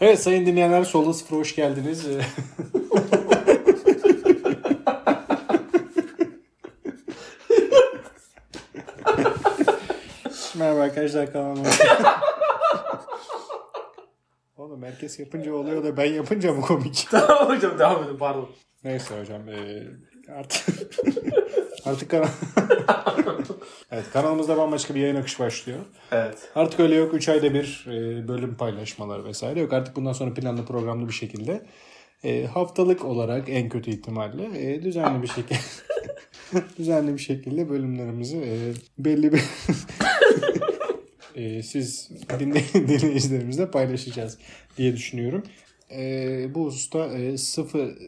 Evet sayın dinleyenler Solda Sıfır'a hoş geldiniz. Ee, Merhaba arkadaşlar kanalıma. hoş geldiniz. Oğlum herkes yapınca oluyor da ben yapınca mı komik? Tamam hocam devam edin pardon. Neyse hocam ee, artık artık kanal... evet kanalımızda bambaşka bir yayın akışı başlıyor. Evet. Artık öyle yok 3 ayda bir e, bölüm paylaşmaları vesaire yok. Artık bundan sonra planlı programlı bir şekilde e, haftalık olarak en kötü ihtimalle e, düzenli bir şekilde düzenli bir şekilde bölümlerimizi e, belli bir e, siz dinley- dinleyicilerimizle paylaşacağız diye düşünüyorum. E, bu hususta e, sıfır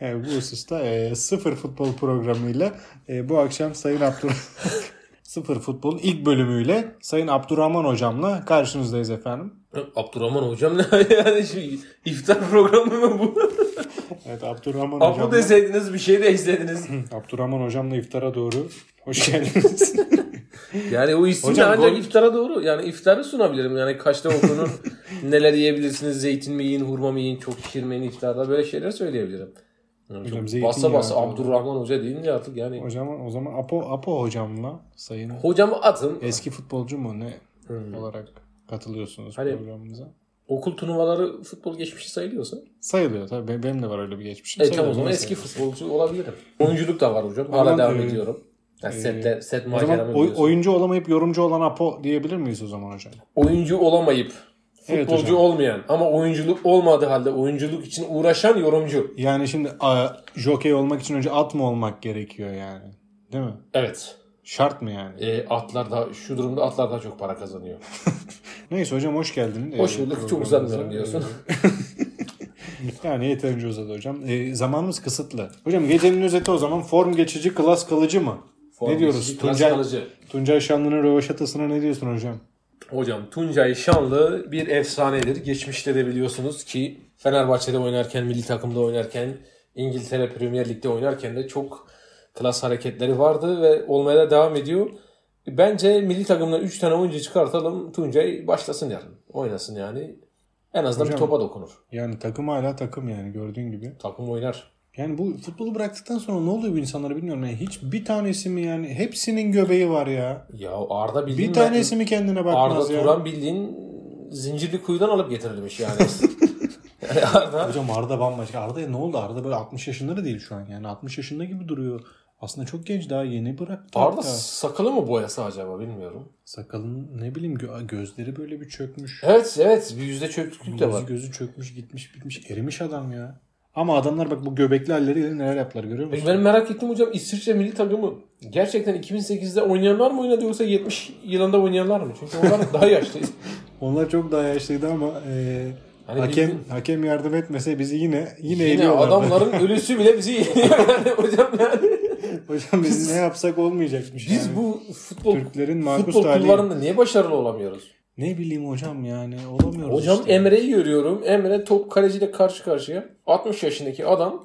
Yani bu hususta e, sıfır futbol programıyla e, bu akşam Sayın Abdurrahman Sıfır Futbol'un ilk bölümüyle Sayın Abdurrahman Hocam'la karşınızdayız efendim. Abdurrahman hocam ne yani şu iftar programı mı bu? Evet Abdurrahman Abu Hocam'la, deseydiniz bir şey de izlediniz. Abdurrahman Hocam'la iftara doğru hoş geldiniz. Yani o isimle Hocam ancak gol- iftara doğru. Yani iftarı sunabilirim. Yani kaçta okunur, neler yiyebilirsiniz, zeytin mi yiyin, hurma mı yiyin, çok şişirmeyin iftarda böyle şeyler söyleyebilirim. Yani Hocam çok zeytin basa basa yağı. Abdurrahman Hoca deyince artık yani. hocam o zaman Apo Apo Hocam'la Sayın Hocamı atın. eski futbolcu mu ne Hmm. olarak katılıyorsunuz Hani- programımıza? Okul turnuvaları futbol geçmişi sayılıyorsa. Sayılıyor tabii Be- benim de var öyle bir geçmişim. E tamam Sayılıyor, o zaman ben eski sayılırım. futbolcu olabilirim. Oyunculuk da var hocam. Aman Hala devam diyor. ediyorum. Yani Ee, sette, set O zaman maceramı oy- biliyorsun. oyuncu olamayıp yorumcu olan Apo diyebilir miyiz o zaman hocam? oyuncu olamayıp Evet futbolcu hocam. olmayan ama oyunculuk olmadığı halde oyunculuk için uğraşan yorumcu. Yani şimdi a, jokey olmak için önce at mı olmak gerekiyor yani? Değil mi? Evet. Şart mı yani? E, atlar da şu durumda atlar daha çok para kazanıyor. Neyse hocam hoş geldin. Hoş Ee, bulduk. Çok programımıza. uzanmıyorum diyorsun. Ee, Yani yeterince uzadı hocam. Ee, zamanımız kısıtlı. Hocam gecenin özeti o zaman form geçici klas kalıcı mı? ne diyoruz? Forvetçi, Tuncay, kalıcı. Tuncay Şanlı'nın rövaşatasına ne diyorsun hocam? Hocam Tuncay Şanlı bir efsanedir. Geçmişte de biliyorsunuz ki Fenerbahçe'de oynarken, milli takımda oynarken, İngiltere Premier Lig'de oynarken de çok klas hareketleri vardı ve olmaya da devam ediyor. Bence milli takımdan 3 tane oyuncu çıkartalım. Tuncay başlasın yarın. Oynasın yani. En azından Hocam- bir topa dokunur. Yani takım hala takım yani gördüğün gibi. Takım oynar. Yani bu futbolu bıraktıktan sonra ne oluyor bu insanlara bilmiyorum. Yani hiç bir tanesi mi yani hepsinin göbeği var ya. Ya Arda Bir bildiğin tanesi mi kendine Arda bakmaz ya? Turan bildiğin zincirli kuyudan alıp getirilmiş yani. yani Arda Hocam Arda bambaşka. Arda'ya ne oldu? Arda böyle 60 yaşında değil şu an yani. 60 yaşında gibi duruyor. Aslında çok genç daha yeni bıraktı. Arda hatta. sakalı mı boyası acaba bilmiyorum. Sakalın ne bileyim gö- gözleri böyle bir çökmüş. Evet evet bir yüzde çöktük de var. Gözü gözü çökmüş gitmiş bitmiş erimiş adam ya. Ama adamlar bak bu göbekli halleriyle neler yaptılar görüyor musun? Peki benim merak ettiğim hocam İsviçre milli takımı gerçekten 2008'de oynayanlar mı oynadı yoksa 70 yılında oynayanlar mı? Çünkü onlar daha yaşlıydı. Onlar çok daha yaşlıydı ama e, Hani hakem bildiğin- hakem yardım etmese bizi yine yine, Yine eliyorlardı. adamların ölüsü bile bizi yeniyor yani hocam yani. Hocam biz ne yapsak olmayacakmış. Biz yani. bu futbol Türklerin makus futbol talihi. kulvarında niye başarılı olamıyoruz? Ne bileyim hocam yani olamıyoruz Hocam işte. Emre'yi görüyorum. Emre top kaleciyle karşı karşıya. 60 yaşındaki adam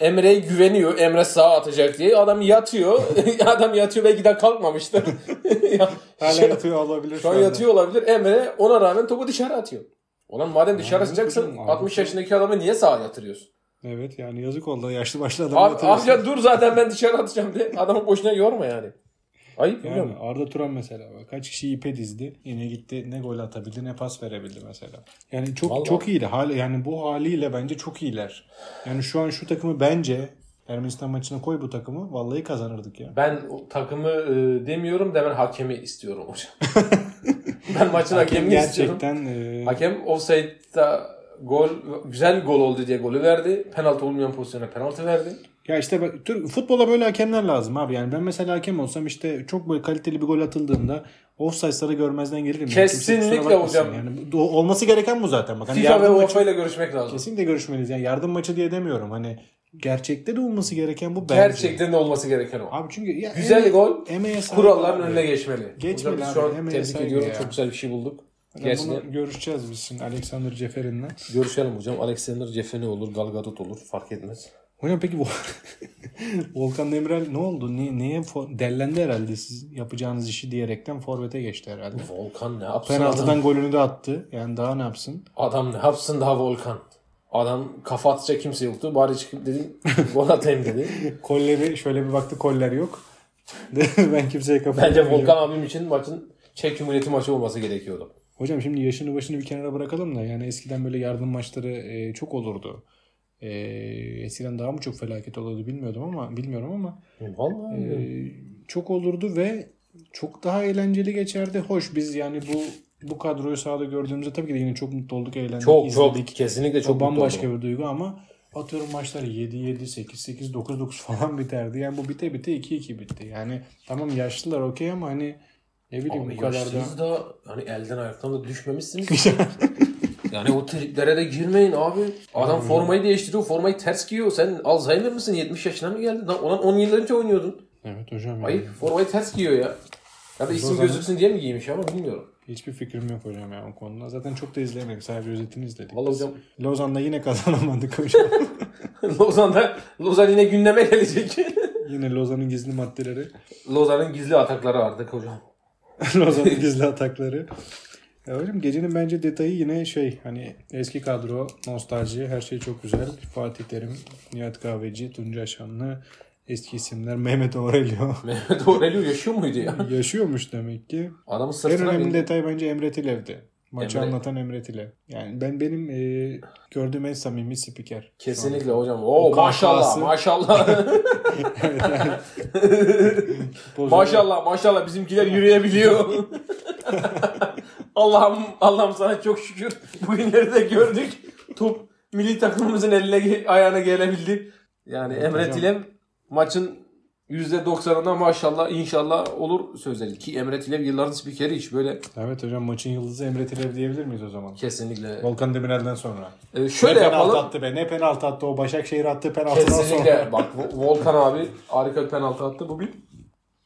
Emre'ye güveniyor. Emre sağa atacak diye. Adam yatıyor. adam yatıyor belki de kalkmamıştır. Ya, şey- Hala şu- yatıyor olabilir Şu an anda. yatıyor olabilir. Emre ona rağmen topu dışarı atıyor. Ulan madem dışarı Abi, atacaksın kızım, abi. 60 yaşındaki adamı niye sağa yatırıyorsun? Evet yani yazık oldu. Yaşlı başlı adamı Abi, yatırıyorsun. amca dur zaten ben dışarı atacağım diye. Adamı boşuna yorma yani. Ayıp biliyor Yani musun? Arda Turan mesela bak, kaç kişi ipe dizdi. Yine gitti ne gol atabildi ne pas verebildi mesela. Yani çok Vallahi. çok iyiydi. Hal, yani bu haliyle bence çok iyiler. Yani şu an şu takımı bence Ermenistan maçına koy bu takımı vallahi kazanırdık ya. Ben o takımı e, demiyorum da ben hakemi istiyorum hocam. ben maçın hakemini istiyorum. Gerçekten e, Hakem offside'da gol güzel gol oldu diye golü verdi. Penaltı olmayan pozisyona penaltı verdi. ya işte bak Türk futbola böyle hakemler lazım abi. Yani ben mesela hakem olsam işte çok böyle kaliteli bir gol atıldığında offside sarı görmezden gelirim. Yani kimse kusura Kesinlikle bakmasın. hocam. Yani do- olması gereken bu zaten. Bak, hani FIFA ve yardım maçı- UEFA ile görüşmek lazım. Kesinlikle görüşmeliyiz. Yani yardım maçı diye demiyorum. Hani gerçekte de olması gereken bu bence. Gerçekten de olması gereken o. Abi çünkü ya Güzel emeğe- gol, emeğe sağlık kuralların abi. önüne geçmeli. Geçmeli Hocam biz abi, Şu an hemen tebrik saygı ediyorum. ya. Çok güzel bir şey bulduk. Ben Gerçekten bunu görüşeceğiz biz şimdi Alexander Ceferin'le. görüşelim hocam. Alexander Cefe ne olur, Gal Gadot olur fark etmez. Hocam peki Vol- Volkan Demirel ne oldu? Niye, niye for- dellendi herhalde siz yapacağınız işi diyerekten forvete geçti herhalde. Volkan ne yapsın? Penaltıdan Adam, golünü de attı. Yani daha ne yapsın? adam ne yapsın daha Volkan? Adam kafa atacak kimse yoktu. Bari çıkıp dedim gol atayım dedi. Kolleri şöyle bir baktı koller yok. ben kimseye kafa Bence atmayacağım. Volkan abim için maçın Çek Cumhuriyeti maçı olması gerekiyordu. Hocam şimdi yaşını başını bir kenara bırakalım da yani eskiden böyle yardım maçları e, çok olurdu. E, eskiden daha mı çok felaket olurdu bilmiyordum ama bilmiyorum ama Vallahi. e, çok olurdu ve çok daha eğlenceli geçerdi. Hoş biz yani bu bu kadroyu sahada gördüğümüzde tabii ki de yine çok mutlu olduk, eğlendik, çok izledik. çok kesinlikle çok O mutlu bambaşka oldum. bir duygu ama atıyorum maçlar 7-7, 8-8, 9-9 falan biterdi. Yani bu bite bite 2-2 bitti. Yani tamam yaşlılar okey ama hani ne bileyim Abi bu kadar da. yaşlıyız da hani elden ayaktan da düşmemişsiniz. yani o triplere de girmeyin abi. Adam formayı değiştiriyor, formayı ters giyiyor. Sen Alzheimer mısın? 70 yaşına mı geldin? Lan olan 10 yıl önce oynuyordun. Evet hocam. yani. Ayıp, formayı ters giyiyor ya. Ya da isim zaman- gözüksün diye mi giymiş ama bilmiyorum. Hiçbir fikrim yok hocam ya o konuda. Zaten çok da izleyemedim. Sadece özetini izledik. Vallahi Biz hocam- Lozan'da yine kazanamadık hocam. Lozan'da, Lozan yine gündeme gelecek. yine Lozan'ın gizli maddeleri. Lozan'ın gizli atakları artık hocam. Lozan'ın gizli atakları. Ya hocam gecenin bence detayı yine şey hani eski kadro, nostalji, her şey çok güzel. Fatih Terim, Nihat Kahveci, Tuncay Şanlı, eski isimler Mehmet Aurelio. Mehmet Aurelio yaşıyor muydu ya? Yaşıyormuş demek ki. Adamın Hmm. En sırtına önemli bindi. detay bence Emre Tilev'di. Maçı Emre- anlatan Emre Tilev. Yani ben benim e, gördüğüm en samimi spiker. şu an. Kesinlikle hocam. Oo maşallah, kahkahası. maşallah. Evet, yani. Futbolcular- Maşallah maşallah bizimkiler yürüyebiliyor. Allah'ım Allah'ım sana çok şükür bugünleri de gördük. Top milli takımımızın eline ge- ayağına gelebildi. Yani Evet Emre hocam. Tilem maçın %90'ına maşallah inşallah olur sözleri. Ki Emre Tilem yılların spikeri hiç böyle Evet hocam maçın yıldızı Emre Tilev diyebilir miyiz o zaman? kesinlikle. Volkan Demirel'den sonra. Ee, şöyle ne penaltı yapalım. attı be. Ne penaltı attı o Başakşehir attı penaltıdan sonra. Kesinlikle. Bak Vol- Volkan abi harika bir penaltı attı bugün.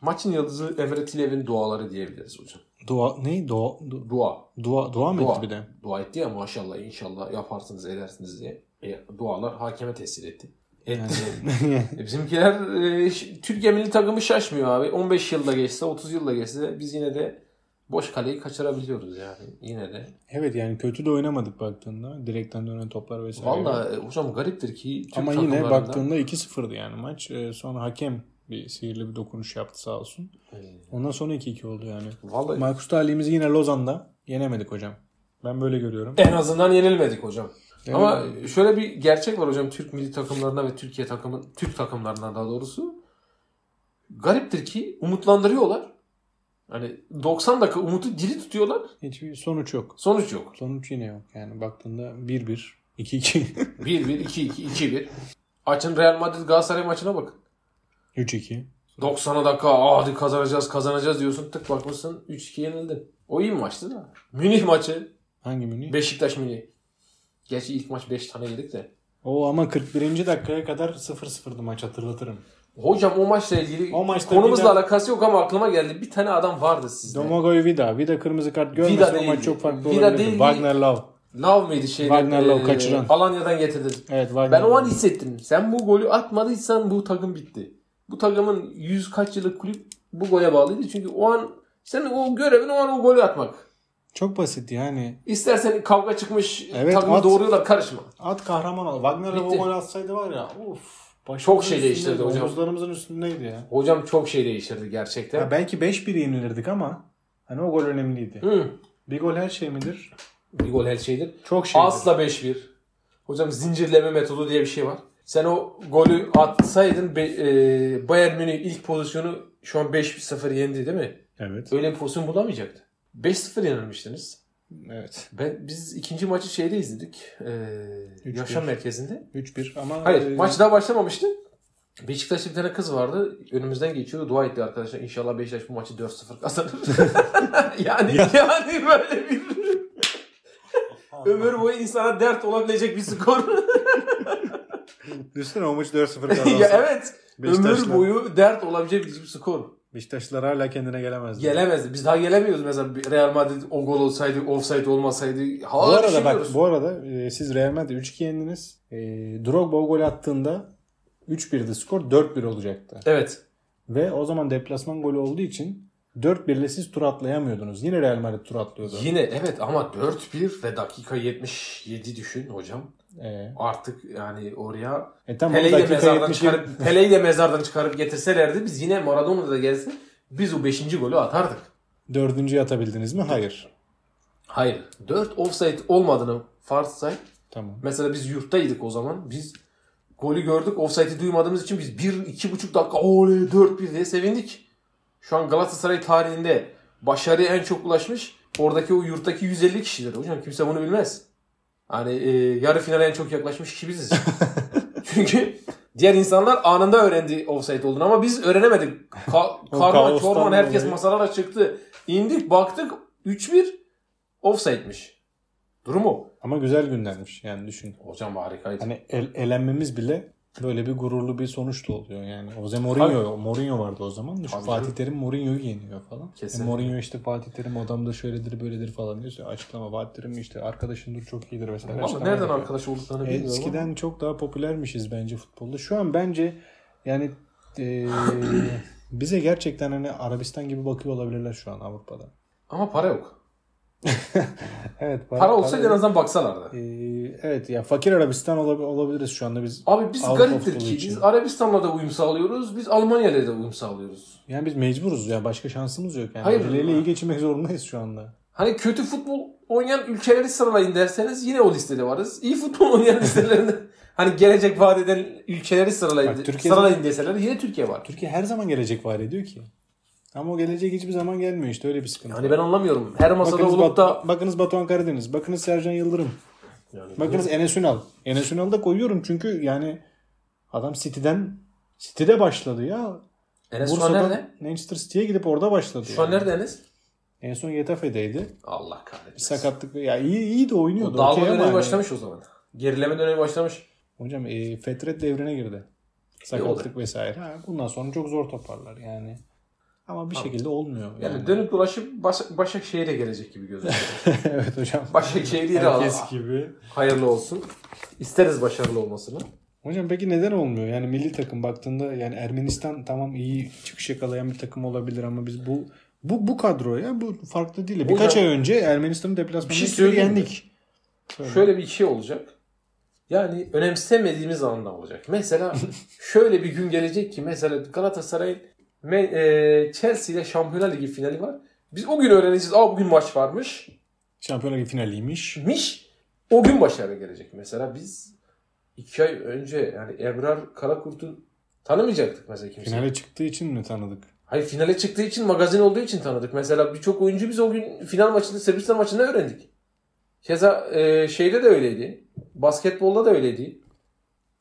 Maçın yıldızı Emre Tilem'in duaları diyebiliriz hocam. Dua ne? Dua du- Dua. dua dua mı Dua. etti bir de? dua etti ya maşallah inşallah yaparsınız edersiniz diye. E, dualar hakeme teslim etti. Etti. E, Bizimkiler e, ş- Türkiye milli takımı şaşmıyor abi. 15 yılda geçse 30 yılda geçse biz yine de boş kaleyi kaçırabiliyoruz yani yine de. Evet yani kötü de oynamadık baktığında. Direkten dönen toplar vesaire. Valla e, hocam gariptir ki Türk Ama takımlarında- yine baktığında 2-0'dı yani maç. Ee, sonra hakem bir sihirli bir dokunuş yaptı sağ olsun. E, Ondan sonra 2-2 oldu yani. Vallahi Markus Talih'imizi yine Lozan'da yenemedik hocam. Ben böyle görüyorum. en azından yenilmedik hocam. Ama Yenemedik. şöyle bir gerçek var hocam Türk milli takımlarına ve Türkiye takımı Türk takımlarına daha doğrusu gariptir ki umutlandırıyorlar. Hani 90 dakika umutu diri tutuyorlar. Ee, hiçbir sonuç yok. Sonuç yok. Sonuç yine yok yani baktığında 1-1, 2-2, 1-1, 2-2, 2-1. Açın Real Madrid Galatasaray maçına bakın. 3-2. 90'a dakika "Aa, hadi kazanacağız kazanacağız diyorsun. Tık bakmışsın 3-2 yenildin. O iyi bir maçtı da. Münih maçı. Hangi Münih? Beşiktaş Münih. Gerçi ilk maç 5 tane yedik de. O ama 41. dakikaya kadar 0-0'dı maç hatırlatırım. Hocam o maçla ilgili O maçta konumuzla bir de- alakası yok ama aklıma geldi. Bir tane adam vardı sizde. Domagoj Vida. Vida kırmızı kart görmese Vida o maç değildi. çok farklı Vida olabilirdi. değildi. Wagner Love. Love mıydı şeyde? Wagner Love Ee, kaçıran. Alanya'dan getirdi. Evet Wagner Ben o an Love. hissettim. Sen bu golü atmadıysan bu takım bitti. Bu takımın yüz kaç yıllık kulüp bu gole bağlıydı. Çünkü o an senin o görevin o an o golü atmak. Çok basit yani. İstersen kavga çıkmış Evet, takımı at. doğruyorlar karışma. At kahraman ol. Wagner Love o Bitti. gol atsaydı var ya uf. Çok şey değiştirdi üstündeydi, hocam. Omuzlarımızın üstündeydi ya. Hocam çok şey değiştirdi gerçekten. ya belki 5-1 yenilirdik ama hani o gol önemliydi. Hı. Bir gol her şey midir? Bir gol her şeydir. Çok şeydir. Asla 5-1. Hocam zincirleme metodu diye bir şey var. Sen o golü atsaydın be, e, Bayern Münih ilk pozisyonu şu an 5-0 yendi değil mi? Evet. Öyle bir pozisyon bulamayacaktı. 5-0 yenilmiştiniz. Evet. Ben biz ikinci maçı şeyde izledik. Ee, Üç yaşam bir. merkezinde. 3-1 ama Hayır, e, maç daha başlamamıştı. Beşiktaş'ta bir tane kız vardı. Önümüzden geçiyor. Dua etti arkadaşlar. İnşallah Beşiktaş bu maçı 4-0 kazanır. yani yani böyle bir ömür boyu insana dert olabilecek bir skor. Düşünsene o maç 4-0 ya kazansa. evet. Beşiktaşlar- Ömür boyu dert olabilecek bir skor. Beşiktaşlılar hala kendine gelemezdi. Gelemezdi. Biz daha gelemiyoruz mesela Real Madrid o gol olsaydı, offside olmasaydı. Bu Hala arada bak düşünüyoruz. bu arada e, siz Real Madrid 3-2 yendiniz. E, Drogba o gol attığında 3-1'di skor 4-1 olacaktı. Evet. Ve o zaman deplasman golü olduğu için 4-1'le siz tur atlayamıyordunuz. Yine Real Madrid tur atlıyordu. Yine evet ama 4-1 ve dakika 77 düşün hocam. Ee, Artık yani oraya e tamam Pele'yi de dakika mezardan 70'i çıkarıp Pele'yi de mezardan çıkarıp getirselerdi biz yine Maradona da gelse biz o 5. golü atardık. dördüncüyü atabildiniz mi? Hayır. Hayır. 4 offside olmadığını varsay. Tamam. Mesela biz yurttaydık o zaman. Biz golü gördük. Offside'i duymadığımız için biz 1 2,5 dakika oley 4-1 diye sevindik. Şu an Galatasaray tarihinde başarıya en çok ulaşmış oradaki o yurttaki 150 kişidir. Hocam kimse bunu bilmez. Hani e, yarı finale en çok yaklaşmış kişi biziz. Çünkü diğer insanlar anında öğrendi offside olduğunu ama biz öğrenemedik. Ka- O karman kaostan çorman herkes dolayı. masalara çıktı. İndik baktık 3-1 offside'miş. Durum o. Ama güzel günlermiş yani düşün. Hocam harikaydı. Hani el- elenmemiz bile böyle bir gururlu bir sonuç da oluyor yani. Jose Mourinho, Mourinho vardı o zaman. Düşün, Tabii Fatih canım. Terim Mourinho'yu yeniyor falan. Kesinlikle. E Mourinho işte Fatih Terim odamda şöyledir böyledir falan diyorsa açıklama Fatih Terim işte arkadaşındır çok iyidir vesaire. Vallahi açıklama nereden yapıyor. E, arkadaş olduklarını bilmiyorum ama Eskiden çok daha popülermişiz bence futbolda. Şu an bence yani e, bize gerçekten hani Arabistan gibi bakıyor olabilirler şu an Avrupa'da. Ama para yok. Evet. Para, olsa en azından baksalardı. E, evet ya fakir Arabistan olabi- olabiliriz şu anda biz. Abi biz Avrupa gariptir futbolu ki için. biz Arabistan'la da uyum sağlıyoruz. Biz Almanya'yla da uyum sağlıyoruz. Yani biz mecburuz ya başka şansımız yok yani. Hayır. Birileriyle iyi geçinmek zorundayız şu anda. Hani kötü futbol oynayan ülkeleri sıralayın derseniz yine o listede varız. İyi futbol oynayan listelerinde hani gelecek vaat eden ülkeleri sıralayın, Bak, Türkiye'de- sıralayın deseler yine Türkiye var. Türkiye her zaman gelecek var ediyor ki. Ama o gelecek hiçbir zaman gelmiyor işte öyle bir sıkıntı. Hani ben anlamıyorum. Her masada bakınız, olup Bat- da bakınız Batuhan Karadeniz, bakınız Sercan Yıldırım, yani Bakınız Enes Ünal. Enes Ünal'ı da koyuyorum çünkü yani adam City'den City'de başladı ya. Enes E, şu an Bursa'dan nerede? Manchester City'ye gidip orada başladı. Şu an yani. nerede Enes? En son Getafe'deydi. Allah kahretsin. Sakatlık ya iyi iyi de oynuyordu. Dalga okey ama dönemi hani- başlamış o zaman. Gerileme dönemi başlamış. Hocam e, Fetret devrine girdi. Sakatlık vesaire. Ha, bundan sonra çok zor toparlar yani. Ama bir şekilde olmuyor. Yani Yani. dönüp dolaşıp Bas- Başakşehir'e gelecek gibi gözüküyor. evet hocam. Başakşehir'i de al. Herkes gibi. Hayırlı olsun. İsteriz başarılı olmasını. Hocam peki neden olmuyor? Yani milli takım baktığında yani Ermenistan tamam iyi çıkış yakalayan bir takım olabilir ama biz bu bu bu kadro ya bu farklı değil. Birkaç Hocam- ay önce Ermenistan'ı deplasmanda Bir şey iki bir söyleyeyim mi? yendik. Söyle. Şöyle bir şey olacak. Yani önemsemediğimiz anda olacak. Mesela şöyle bir gün gelecek ki mesela Galatasaray'ın Me- e, Chelsea ile Şampiyonlar Ligi finali var. Biz o gün öğreneceğiz. Aa bugün maç varmış. Şampiyonlar Ligi finaliymiş. Miş o gün başarı gelecek. Mesela biz iki ay önce yani Ebrar Karakurt'u tanımayacaktık mesela kimse. Finale çıktığı için mi tanıdık? Hayır finale çıktığı için magazin olduğu için tanıdık. Mesela birçok oyuncu biz o gün final maçında Sırbistan maçında öğrendik. Keza e, şeyde de öyleydi. Basketbolda da öyleydi.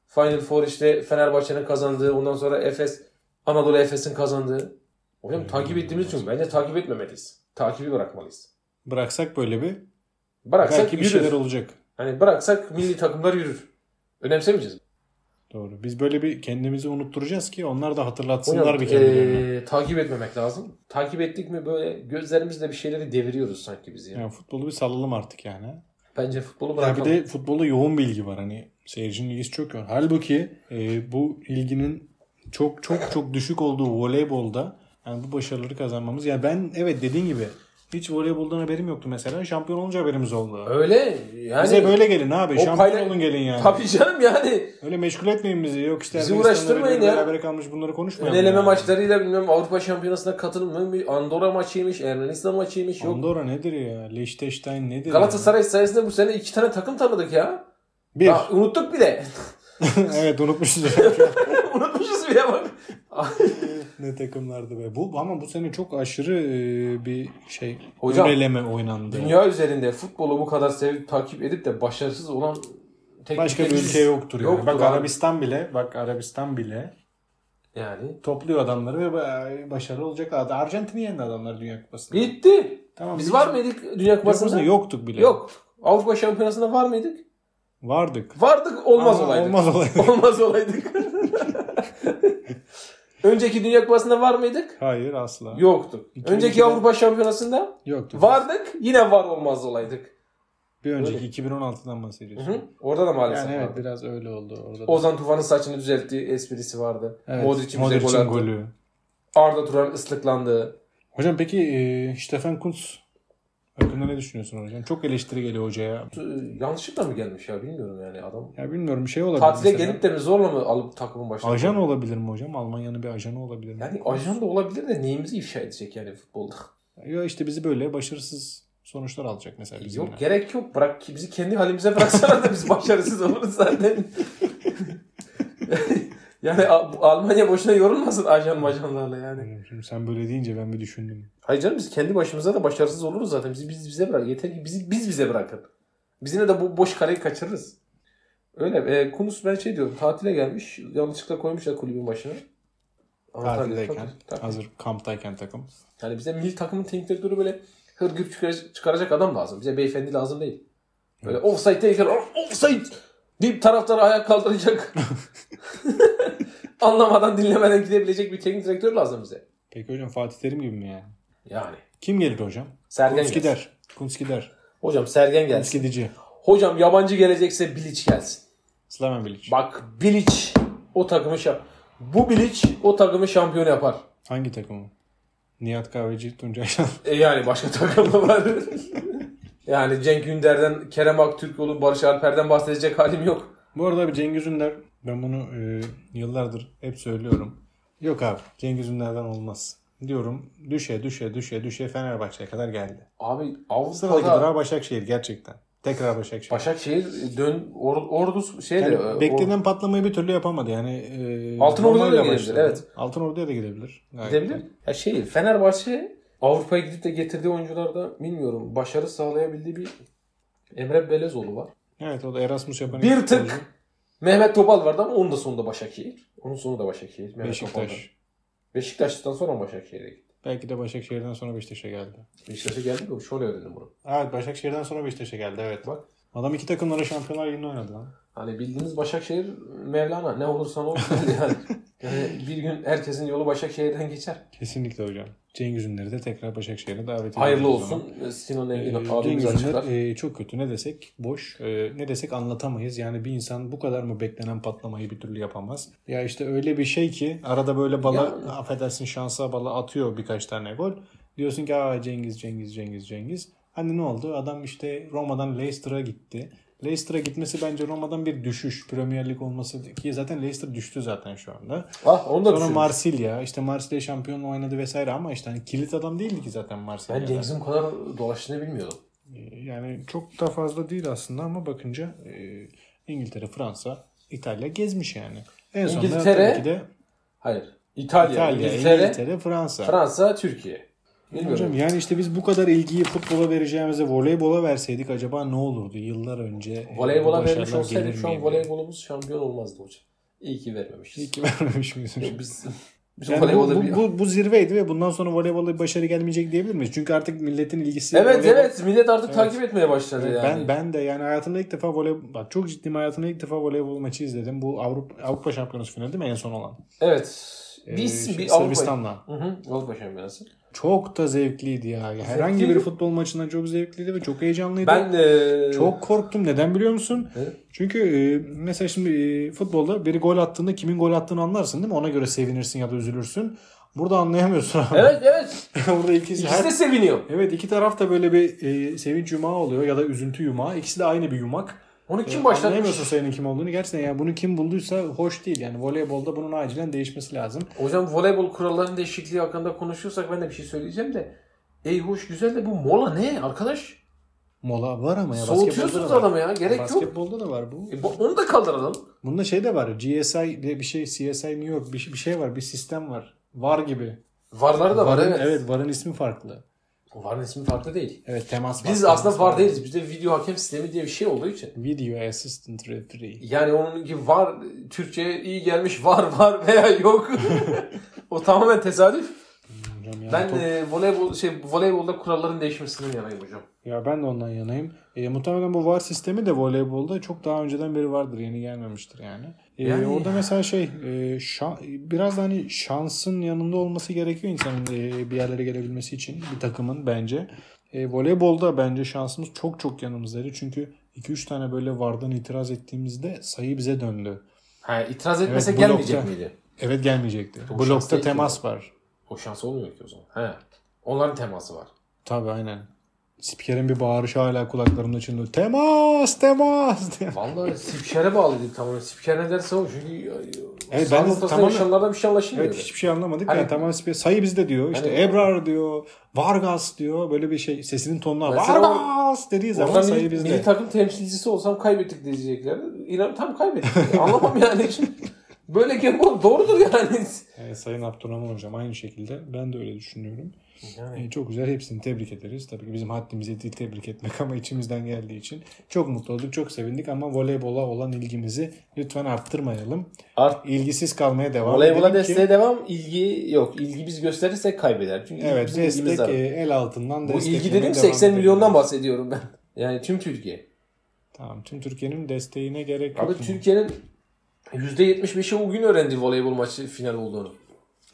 Final Four işte Fenerbahçe'nin kazandığı, ondan sonra Efes, Anadolu Efes'in kazandığı. Hocam Hmm. takip ettiğimiz için bence takip etmemeliyiz. Takibi bırakmalıyız. Bıraksak böyle bir Bıraksak belki bir yürür. şeyler olacak. Hani bıraksak milli takımlar yürür. Önemsemeyeceğiz. Doğru. Biz böyle bir kendimizi unutturacağız ki onlar da hatırlatsınlar Hocam, bir kendilerini. e, takip etmemek lazım. Takip ettik mi böyle gözlerimizle bir şeyleri deviriyoruz sanki biz yani. Yani futbolu bir salalım artık yani. Bence futbolu Ya bir bırakalım. de futbolda yoğun bilgi var hani seyircinin ilgisi çok yoğun. Halbuki e, bu ilginin çok çok çok düşük olduğu voleybolda yani bu başarıları kazanmamız. Yani ben evet dediğin gibi hiç voleyboldan haberim yoktu mesela. Şampiyon olunca haberimiz oldu. Öyle yani. Bize böyle gelin abi. O Şampiyon payla- olun gelin yani. Tabii canım yani. Öyle meşgul etmeyin bizi. Yok işte Bizi Ermenistan'la uğraştırmayın birileri ya. Beraber kalmış bunları konuşmayalım. Ön eleme yani. maçlarıyla bilmem Avrupa Şampiyonası'na katılım. Andorra maçıymış, Ermenistan maçıymış. Yok. Andorra nedir ya? Liechtenstein nedir? Galatasaray sayesinde bu sene iki tane takım tanıdık ya. ya? Bir. Ya unuttuk bile. evet unutmuşuz. Unutmuşuz bile bak. ne takımlardı be. Bu ama bu sene çok aşırı e, bir şey Hocam, öneleme oynandı. Dünya üzerinde futbolu bu kadar sevip takip edip de başarısız olan tek Başka bir ülkemiz ülke yoktur yani. Yoktur bak abi. Arabistan bile, bak Arabistan bile Yani. topluyor adamları ve ba- başarılı olacak. Ar- Arjantin'i yendi adamlar Dünya Kupası'nda. Bitti. Tamam. Biz biz- var mıydık Dünya Dünya Kupası'nda Kupası'nda? yoktuk bile. Yok. Avrupa Şampiyonası'nda var mıydık? Vardık. Vardık olmaz Ama olaydık. Olmaz olaydı. Olmaz olaydık. Önceki Dünya Kupası'nda var mıydık? Hayır asla. Yoktuk. 2002'de Önceki Avrupa Şampiyonası'nda Yoktuk. vardık. Yine var olmaz olaydık. Bir önceki Öyle. 2016'dan bahsediyorsun. Hı-hı. Orada da maalesef Yani evet vardı. biraz öyle oldu orada. da. Ozan Tufan'ın saçını düzelttiği esprisi vardı. Evet, Modric'in bize gol Modric'in attı. golü. Arda Turan ıslıklandı. Hocam peki e, Stefan Kuntz hakkında ne düşünüyorsun hocam? Çok eleştiri geliyor hocaya. Ee, Yanlışlıkla mı gelmiş ya bilmiyorum yani adam. Ya bilmiyorum şey olabilir. Tatile mesela. gelip de mi zorla mı alıp takımın başına? Ajan koyuyor? olabilir mi hocam? Almanya'nın bir ajanı olabilir mi? Yani ajan da olabilir de neyimizi ifşa edecek yani futbolda. Ya işte bizi böyle başarısız sonuçlar alacak mesela bizim. yok yani. gerek yok. Bırak ki bizi kendi halimize bıraksana da biz başarısız oluruz zaten. yani A- bu Almanya boşuna yorulmasın ajan majanlarla yani. Hocam Şimdi sen böyle deyince ben bir düşündüm. Hayır canım biz kendi başımıza da başarısız oluruz zaten. Bizi biz bize bırak. Yeter ki bizi biz bize bırakın. Biz yine de bu boş kareyi kaçırırız. Öyle. E, Kunus ben şey diyorum. Tatile gelmiş. Yanlışlıkla koymuşlar kulübün başına. Antalya, Tatildeyken, tabii, tabii. hazır kamptayken takım. Yani bize milli takımın teknik doğru böyle hırgür çıkar- çıkaracak adam lazım. Bize beyefendi lazım değil. Böyle offside değilken "Of- offside deyip taraftarı ayağa kaldıracak. Anlamadan dinlemeden gidebilecek bir teknik direktör lazım bize. Peki hocam Fatih Terim gibi mi yani? Yani. Kim gelir hocam? Sergen Kunz gelsin. gider. Kunz gider. Hocam Sergen Kunz gelsin. gidici. Hocam yabancı gelecekse Bilic gelsin. Slaven Bilic. Bak Bilic o takımı şa- bu Bilic o takımı şampiyon yapar. Hangi takımı? Nihat Kahveci, Tuncay Şan. E yani başka takım da var. yani Cenk Günder'den, Kerem Aktürkoğlu, Barış Alper'den bahsedecek halim yok. Bu arada abi Cengiz Ünder ben bunu e, yıllardır hep söylüyorum. Yok abi Cengiz Ünder'den olmaz. Diyorum düşe düşe düşe düşe Fenerbahçe'ye kadar geldi. Abi Sırada gider Avrupa'da abi Başakşehir gerçekten. Tekrar Başakşehir. Başakşehir e, dön Or, Ordu şey Yani de e, beklenen patlamayı bir türlü yapamadı yani. E, Altın Ordu'ya da Roma'yla gidebilir, başladı. evet. Altın Ordu'ya da gidebilir. Or- Gayet gidebilir. de. Ya şey Fenerbahçe Avrupa'ya gidip de getirdiği oyuncularda bilmiyorum başarı sağlayabildiği bir Emre Belezoğlu var. Evet o da Erasmus yapan. Bir ilk tık futbolcu. Mehmet Topal vardı ama onun da sonunda Başakşehir. Onun sonu da Başakşehir. Mehmet Topal'dan. Beşiktaş. Beşiktaş'tan sonra mı Başakşehir'e gitti. Belki de Başakşehir'den sonra Beşiktaş'a geldi. Beşiktaş'a geldi mi? Şöyle öğrendim bunu. Evet Başakşehir'den sonra Beşiktaş'a geldi evet. Bak. Adam iki takımlara şampiyonlar yeni oynadı lan. Hani bildiğiniz Başakşehir Mevlana ne olursan ol yani. yani bir gün herkesin yolu Başakşehir'den geçer. Kesinlikle hocam. Cengiz Ünder'i de tekrar Başakşehir'e davet ediyoruz. Hayırlı o zaman. olsun. e, Sinan Engin Ee, abimiz Cengiz açıklar. Ünder e, çok kötü. Ne desek boş. E, ne desek anlatamayız. Yani bir insan bu kadar mı beklenen patlamayı bir türlü yapamaz. Ya işte öyle bir şey ki arada böyle bala Ya- affedersin şansa bala atıyor birkaç tane gol. Diyorsun ki aa Cengiz Cengiz Cengiz Cengiz. Hani ne oldu? Adam işte Roma'dan Leicester'a gitti. Leicester'a gitmesi bence Roma'dan bir düşüş. Premier Lig olması ki zaten Leicester düştü zaten şu anda. Ah onu da Sonra düşünmüş. Marsilya. işte Marsilya şampiyonla oynadı vesaire ama işte hani kilit adam değildi ki zaten Marsilya'da. Ben Cengiz'in bu kadar dolaştığını bilmiyordum. Yani çok da fazla değil aslında ama bakınca e, İngiltere, Fransa, İtalya gezmiş yani. En sonunda İngiltere, tabii ki de Hayır. İtalya, İtalya, İngiltere, İngiltere, Fransa. Fransa, Türkiye. Bilmiyorum. Hocam yani işte biz bu kadar ilgiyi futbola vereceğimize voleybola verseydik acaba ne olurdu yıllar önce? e, bu Voleybola vermiş başarılar olsaydık gelir şu an miydi? voleybolumuz şampiyon olmazdı hocam. İyi ki vermemişiz. İyi ki vermemiş miyiz hocam? Biz, biz Yani voleybolda bu, bir... bu, bu, bu zirveydi ve bundan sonra voleybola bir başarı gelmeyecek diyebilir miyiz? Çünkü artık milletin ilgisi Evet voleybol- evet millet artık Evet. takip etmeye başladı Evet, Ben yani. ben de yani hayatımda ilk defa voleybol bak çok ciddiyim hayatımda ilk defa voleybol maçı izledim. Bu Avrupa Avrupa Şampiyonası finali değil mi en son olan? Evet. Ee, Bir isim, şey, bir Avrupa. Sırbistan'la. Hı hı. Avrupa şampiyonası. Çok da zevkliydi ya. Herhangi bir Zevkliydi. futbol maçından çok zevkliydi ve çok heyecanlıydı. Ben e, çok korktum. Neden biliyor musun? Evet. Çünkü e, mesela şimdi e, futbolda biri gol attığında kimin gol attığını anlarsın değil mi? Ona göre sevinirsin ya da üzülürsün. Burada anlayamıyorsun abi. Evet evet. Burada ikisi, İkisi her- de seviniyor. Evet iki taraf da böyle bir e, sevinç yumağı oluyor ya da üzüntü yumağı. İkisi de aynı bir yumak. Onu kim Ee, başlatmış? Anlayamıyorsun sayının kim olduğunu. Gerçekten yani bunu kim bulduysa hoş değil. Yani voleybolda bunun acilen değişmesi lazım. Hocam voleybol kurallarının değişikliği hakkında konuşuyorsak ben de bir şey söyleyeceğim de. Ey hoş güzel de bu mola ne arkadaş? Mola var ama ya. basketbolda Soğutuyorsunuz da var. adamı ya gerek yok. Basketbolda da var bu. E, bu- onu da kaldıralım. Bunda şey de var. GSI diye bir şey, CSI New York bir, şey- bir şey var. Bir sistem var. Var gibi. Varları da var Varın- evet. varın ismi farklı. Varın ismi farklı değil. Evet temas Biz var. aslında var değiliz. Bizde video hakem sistemi diye bir şey olduğu için. Video Assistant Referee. Yani onun gibi var Türkçe'ye iyi gelmiş var var veya yok. o tamamen tesadüf. Hocam ya, Ben top- e, voleybol şey voleybolda kuralların değişmesinin yanayım hocam. ya ben de ondan yanayım. E, muhtemelen bu var sistemi de voleybolda çok daha önceden beri vardır. Yeni gelmemiştir yani. E, Yani- Orada mesela şey e, şa- biraz da hani şansın yanında olması gerekiyor insanın e, bir yerlere gelebilmesi için bir takımın bence. E, voleybolda bence şansımız çok çok yanımızdaydı. Çünkü 2-3 tane böyle vardan itiraz ettiğimizde sayı bize döndü. Ha, itiraz etmese Evet, bu gelmeyecek nokta- miydi? Evet gelmeyecekti. Çok şans Blokta değil ki temas var. O şans olmuyor ki o zaman. He. Onların teması var. Tabii aynen. Spiker'in bir bağırışı hala kulaklarımda çınlıyor. Temas! Temas! diye. Vallahi spikere bağlıydık tamamen. Spiker ne derse o. Çünkü e, Evet, evet, sağ ben de ortasında tamamen- yaşananlardan bir şey anlaşılmıyor. Evet hiçbir şey anlamadık. Hani- yani tamam spiker sayı bizde diyor. İşte Hani- Ebrar diyor. Vargas diyor. Böyle bir şey sesinin tonuna Mesela o- Vargas dediği zaman Oradan sayı milli, milli bizde. takım temsilcisi olsam kaybettik diyecekler. İnan tam kaybettik. Anlamam yani. Böyle ki bu doğrudur yani. Evet, Sayın Abdurrahman Hocam aynı şekilde. Ben de öyle düşünüyorum. Ee, çok güzel. Hepsini tebrik ederiz. Tabii ki bizim haddimize değil tebrik etmek ama içimizden geldiği için. Çok mutlu olduk. Çok sevindik ama voleybola olan ilgimizi lütfen arttırmayalım. Art İlgisiz kalmaya devam Voleybola edelim ki- desteğe devam. ilgi yok. İlgi biz gösterirsek kaybeder. Çünkü Evet bizim ilgimiz destek var. e, el altından Bu ilgi desteklemeye dedim devam 80 edelim. milyondan bahsediyorum ben. Yani tüm Türkiye. Tamam tüm Türkiye'nin desteğine gerek yok. Abi mu? Türkiye'nin %75'i o gün öğrendi voleybol maçı final olduğunu.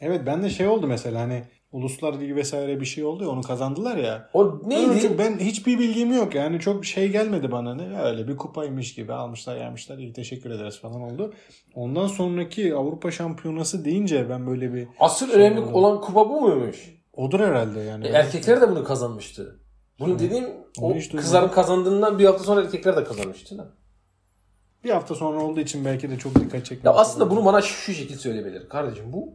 Evet ben de şey oldu mesela hani Uluslar Ligi vesaire bir şey oldu ya onu kazandılar ya. O Öyle neydi? çok- Ben hiçbir bilgim yok yani çok şey gelmedi bana ne öyle bir kupaymış gibi almışlar gelmişler iyi teşekkür ederiz falan oldu. Ondan sonraki Avrupa Şampiyonası deyince ben böyle bir Asıl önemli olan kupa bu muymuş? odur herhalde yani. E, erkekler de bunu kazanmıştı. Bunu dediğim o Bunu hiç duymadım. kızların kazandığından bir hafta sonra erkekler de kazanmıştı. lan. Bir hafta sonra olduğu için belki de çok dikkat çekmedi. Ya aslında bunu bana şu şekilde söyleyebilir. Kardeşim bu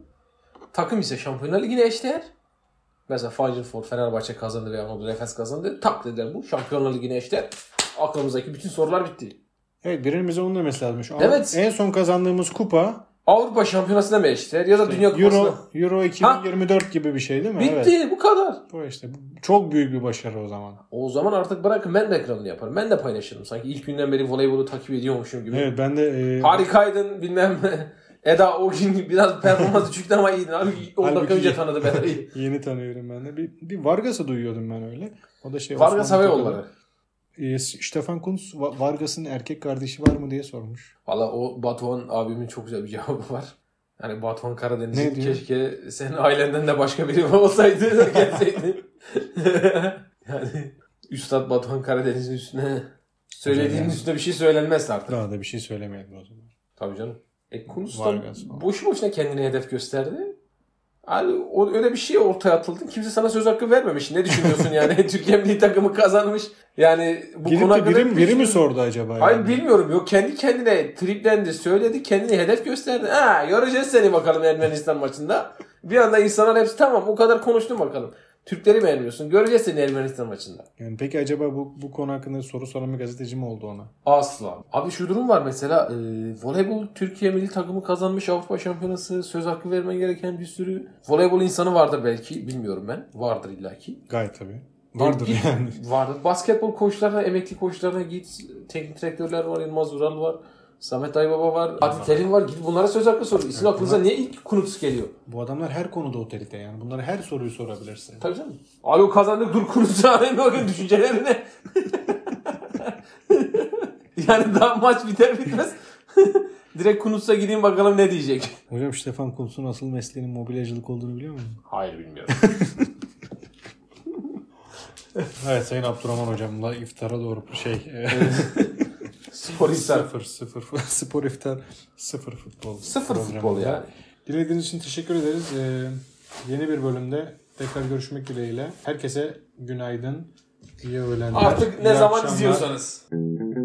takım ise Şampiyonlar Ligi'ne eşdeğer. Mesela Final Four Fenerbahçe kazandı veya Anadolu Efes kazandı. Tak dediler bu Şampiyonlar Ligi'ne eşdeğer. Aklımızdaki bütün sorular bitti. Evet birimize onu demesi lazım. Şu an Evet. En son kazandığımız kupa Avrupa Şampiyonası'na mı eşdeğer ya da Dünya Kupası'na? Euro, Euro 2024 gibi bir şey değil mi? Bitti Evet. bu kadar. Bu işte bu çok büyük bir başarı o zaman. O zaman artık bırakın ben de ekranını yaparım. Ben de paylaşırım. Sanki ilk günden beri voleybolu takip ediyormuşum gibi. Evet ben de e, Harikaydın bilmem Eda o gün biraz performans düşüktü ama iyiydin. Abi 10 Halbuki dakika önce iyi. tanıdı beni. yeni tanıyorum ben de. Bir, bir Vargas'ı duyuyordum ben öyle. O da şey Vargas Osmanlı Havayoğulları. Tokalı. E, Stefan Kunz Va- Vargas'ın erkek kardeşi var mı diye sormuş. Valla o Batuhan abimin çok güzel bir cevabı var. Yani Batuhan Ne Karadeniz'in diyor? keşke senin ailenden de başka biri olsaydı da gelseydin. yani Üstad Batuhan Karadeniz'in üstüne söylediğinin Yani. üstüne bir şey söylenmez artık. Daha da bir şey söylemeyelim o zaman. Tabii canım. E Kunus da Vargas falan. boşu boşuna kendine hedef gösterdi. Abi o, öyle bir şey ortaya atıldı. Kimse sana söz hakkı vermemiş. Ne düşünüyorsun yani? Türkiye milli takımı kazanmış. Yani bu Gidip konu de hakkında biri, hiçbir biri mi şey- sordu acaba? Hayır yani? bilmiyorum. Yok kendi kendine triplendi, söyledi, kendini hedef gösterdi. Ha, göreceğiz seni bakalım Ermenistan maçında. Bir anda insanlar hepsi tamam o kadar konuştun bakalım. Türkleri beğenmiyorsun. Göreceğiz seni Ermenistan maçında. Yani peki acaba bu, bu konu hakkında soru soran bir gazeteci mi oldu ona? Asla. Abi şu durum var mesela e, voleybol Türkiye milli takımı kazanmış Avrupa Şampiyonası söz hakkı vermen gereken bir sürü voleybol insanı vardır belki bilmiyorum ben. Vardır illaki. Gayet tabii. Vardır Git- yani. Vardır. Basketbol koçlarına, emekli koçlarına git. Teknik direktörler var. Yılmaz Ural var. Samet Aybaba var. Adi Terim var. Git bunlara söz hakkı sor. İsim aklınıza niye ilk kunut geliyor? Bu adamlar her konuda otorite yani. Bunlara her soruyu sorabilirsin. Tabii canım. Alo kazandık dur kunut arayın bakın düşüncelerine. yani daha maç biter bitmez. Direkt kunutsa gideyim bakalım ne diyecek. Hocam Stefan Kunz'un asıl mesleğinin mobilyacılık olduğunu biliyor musun? Hayır bilmiyorum. Evet Sayın Abdurrahman Hocam'la iftara doğru şey Spor insan. Sıfır sıfır spor iftar sıfır futbol. Sıfır programı. futbol yani. Dinlediğiniz için teşekkür ederiz. Ee, yeni bir bölümde tekrar görüşmek dileğiyle. Herkese günaydın. iyi öğlenler. Artık ne iyi zaman akşamlar. izliyorsanız.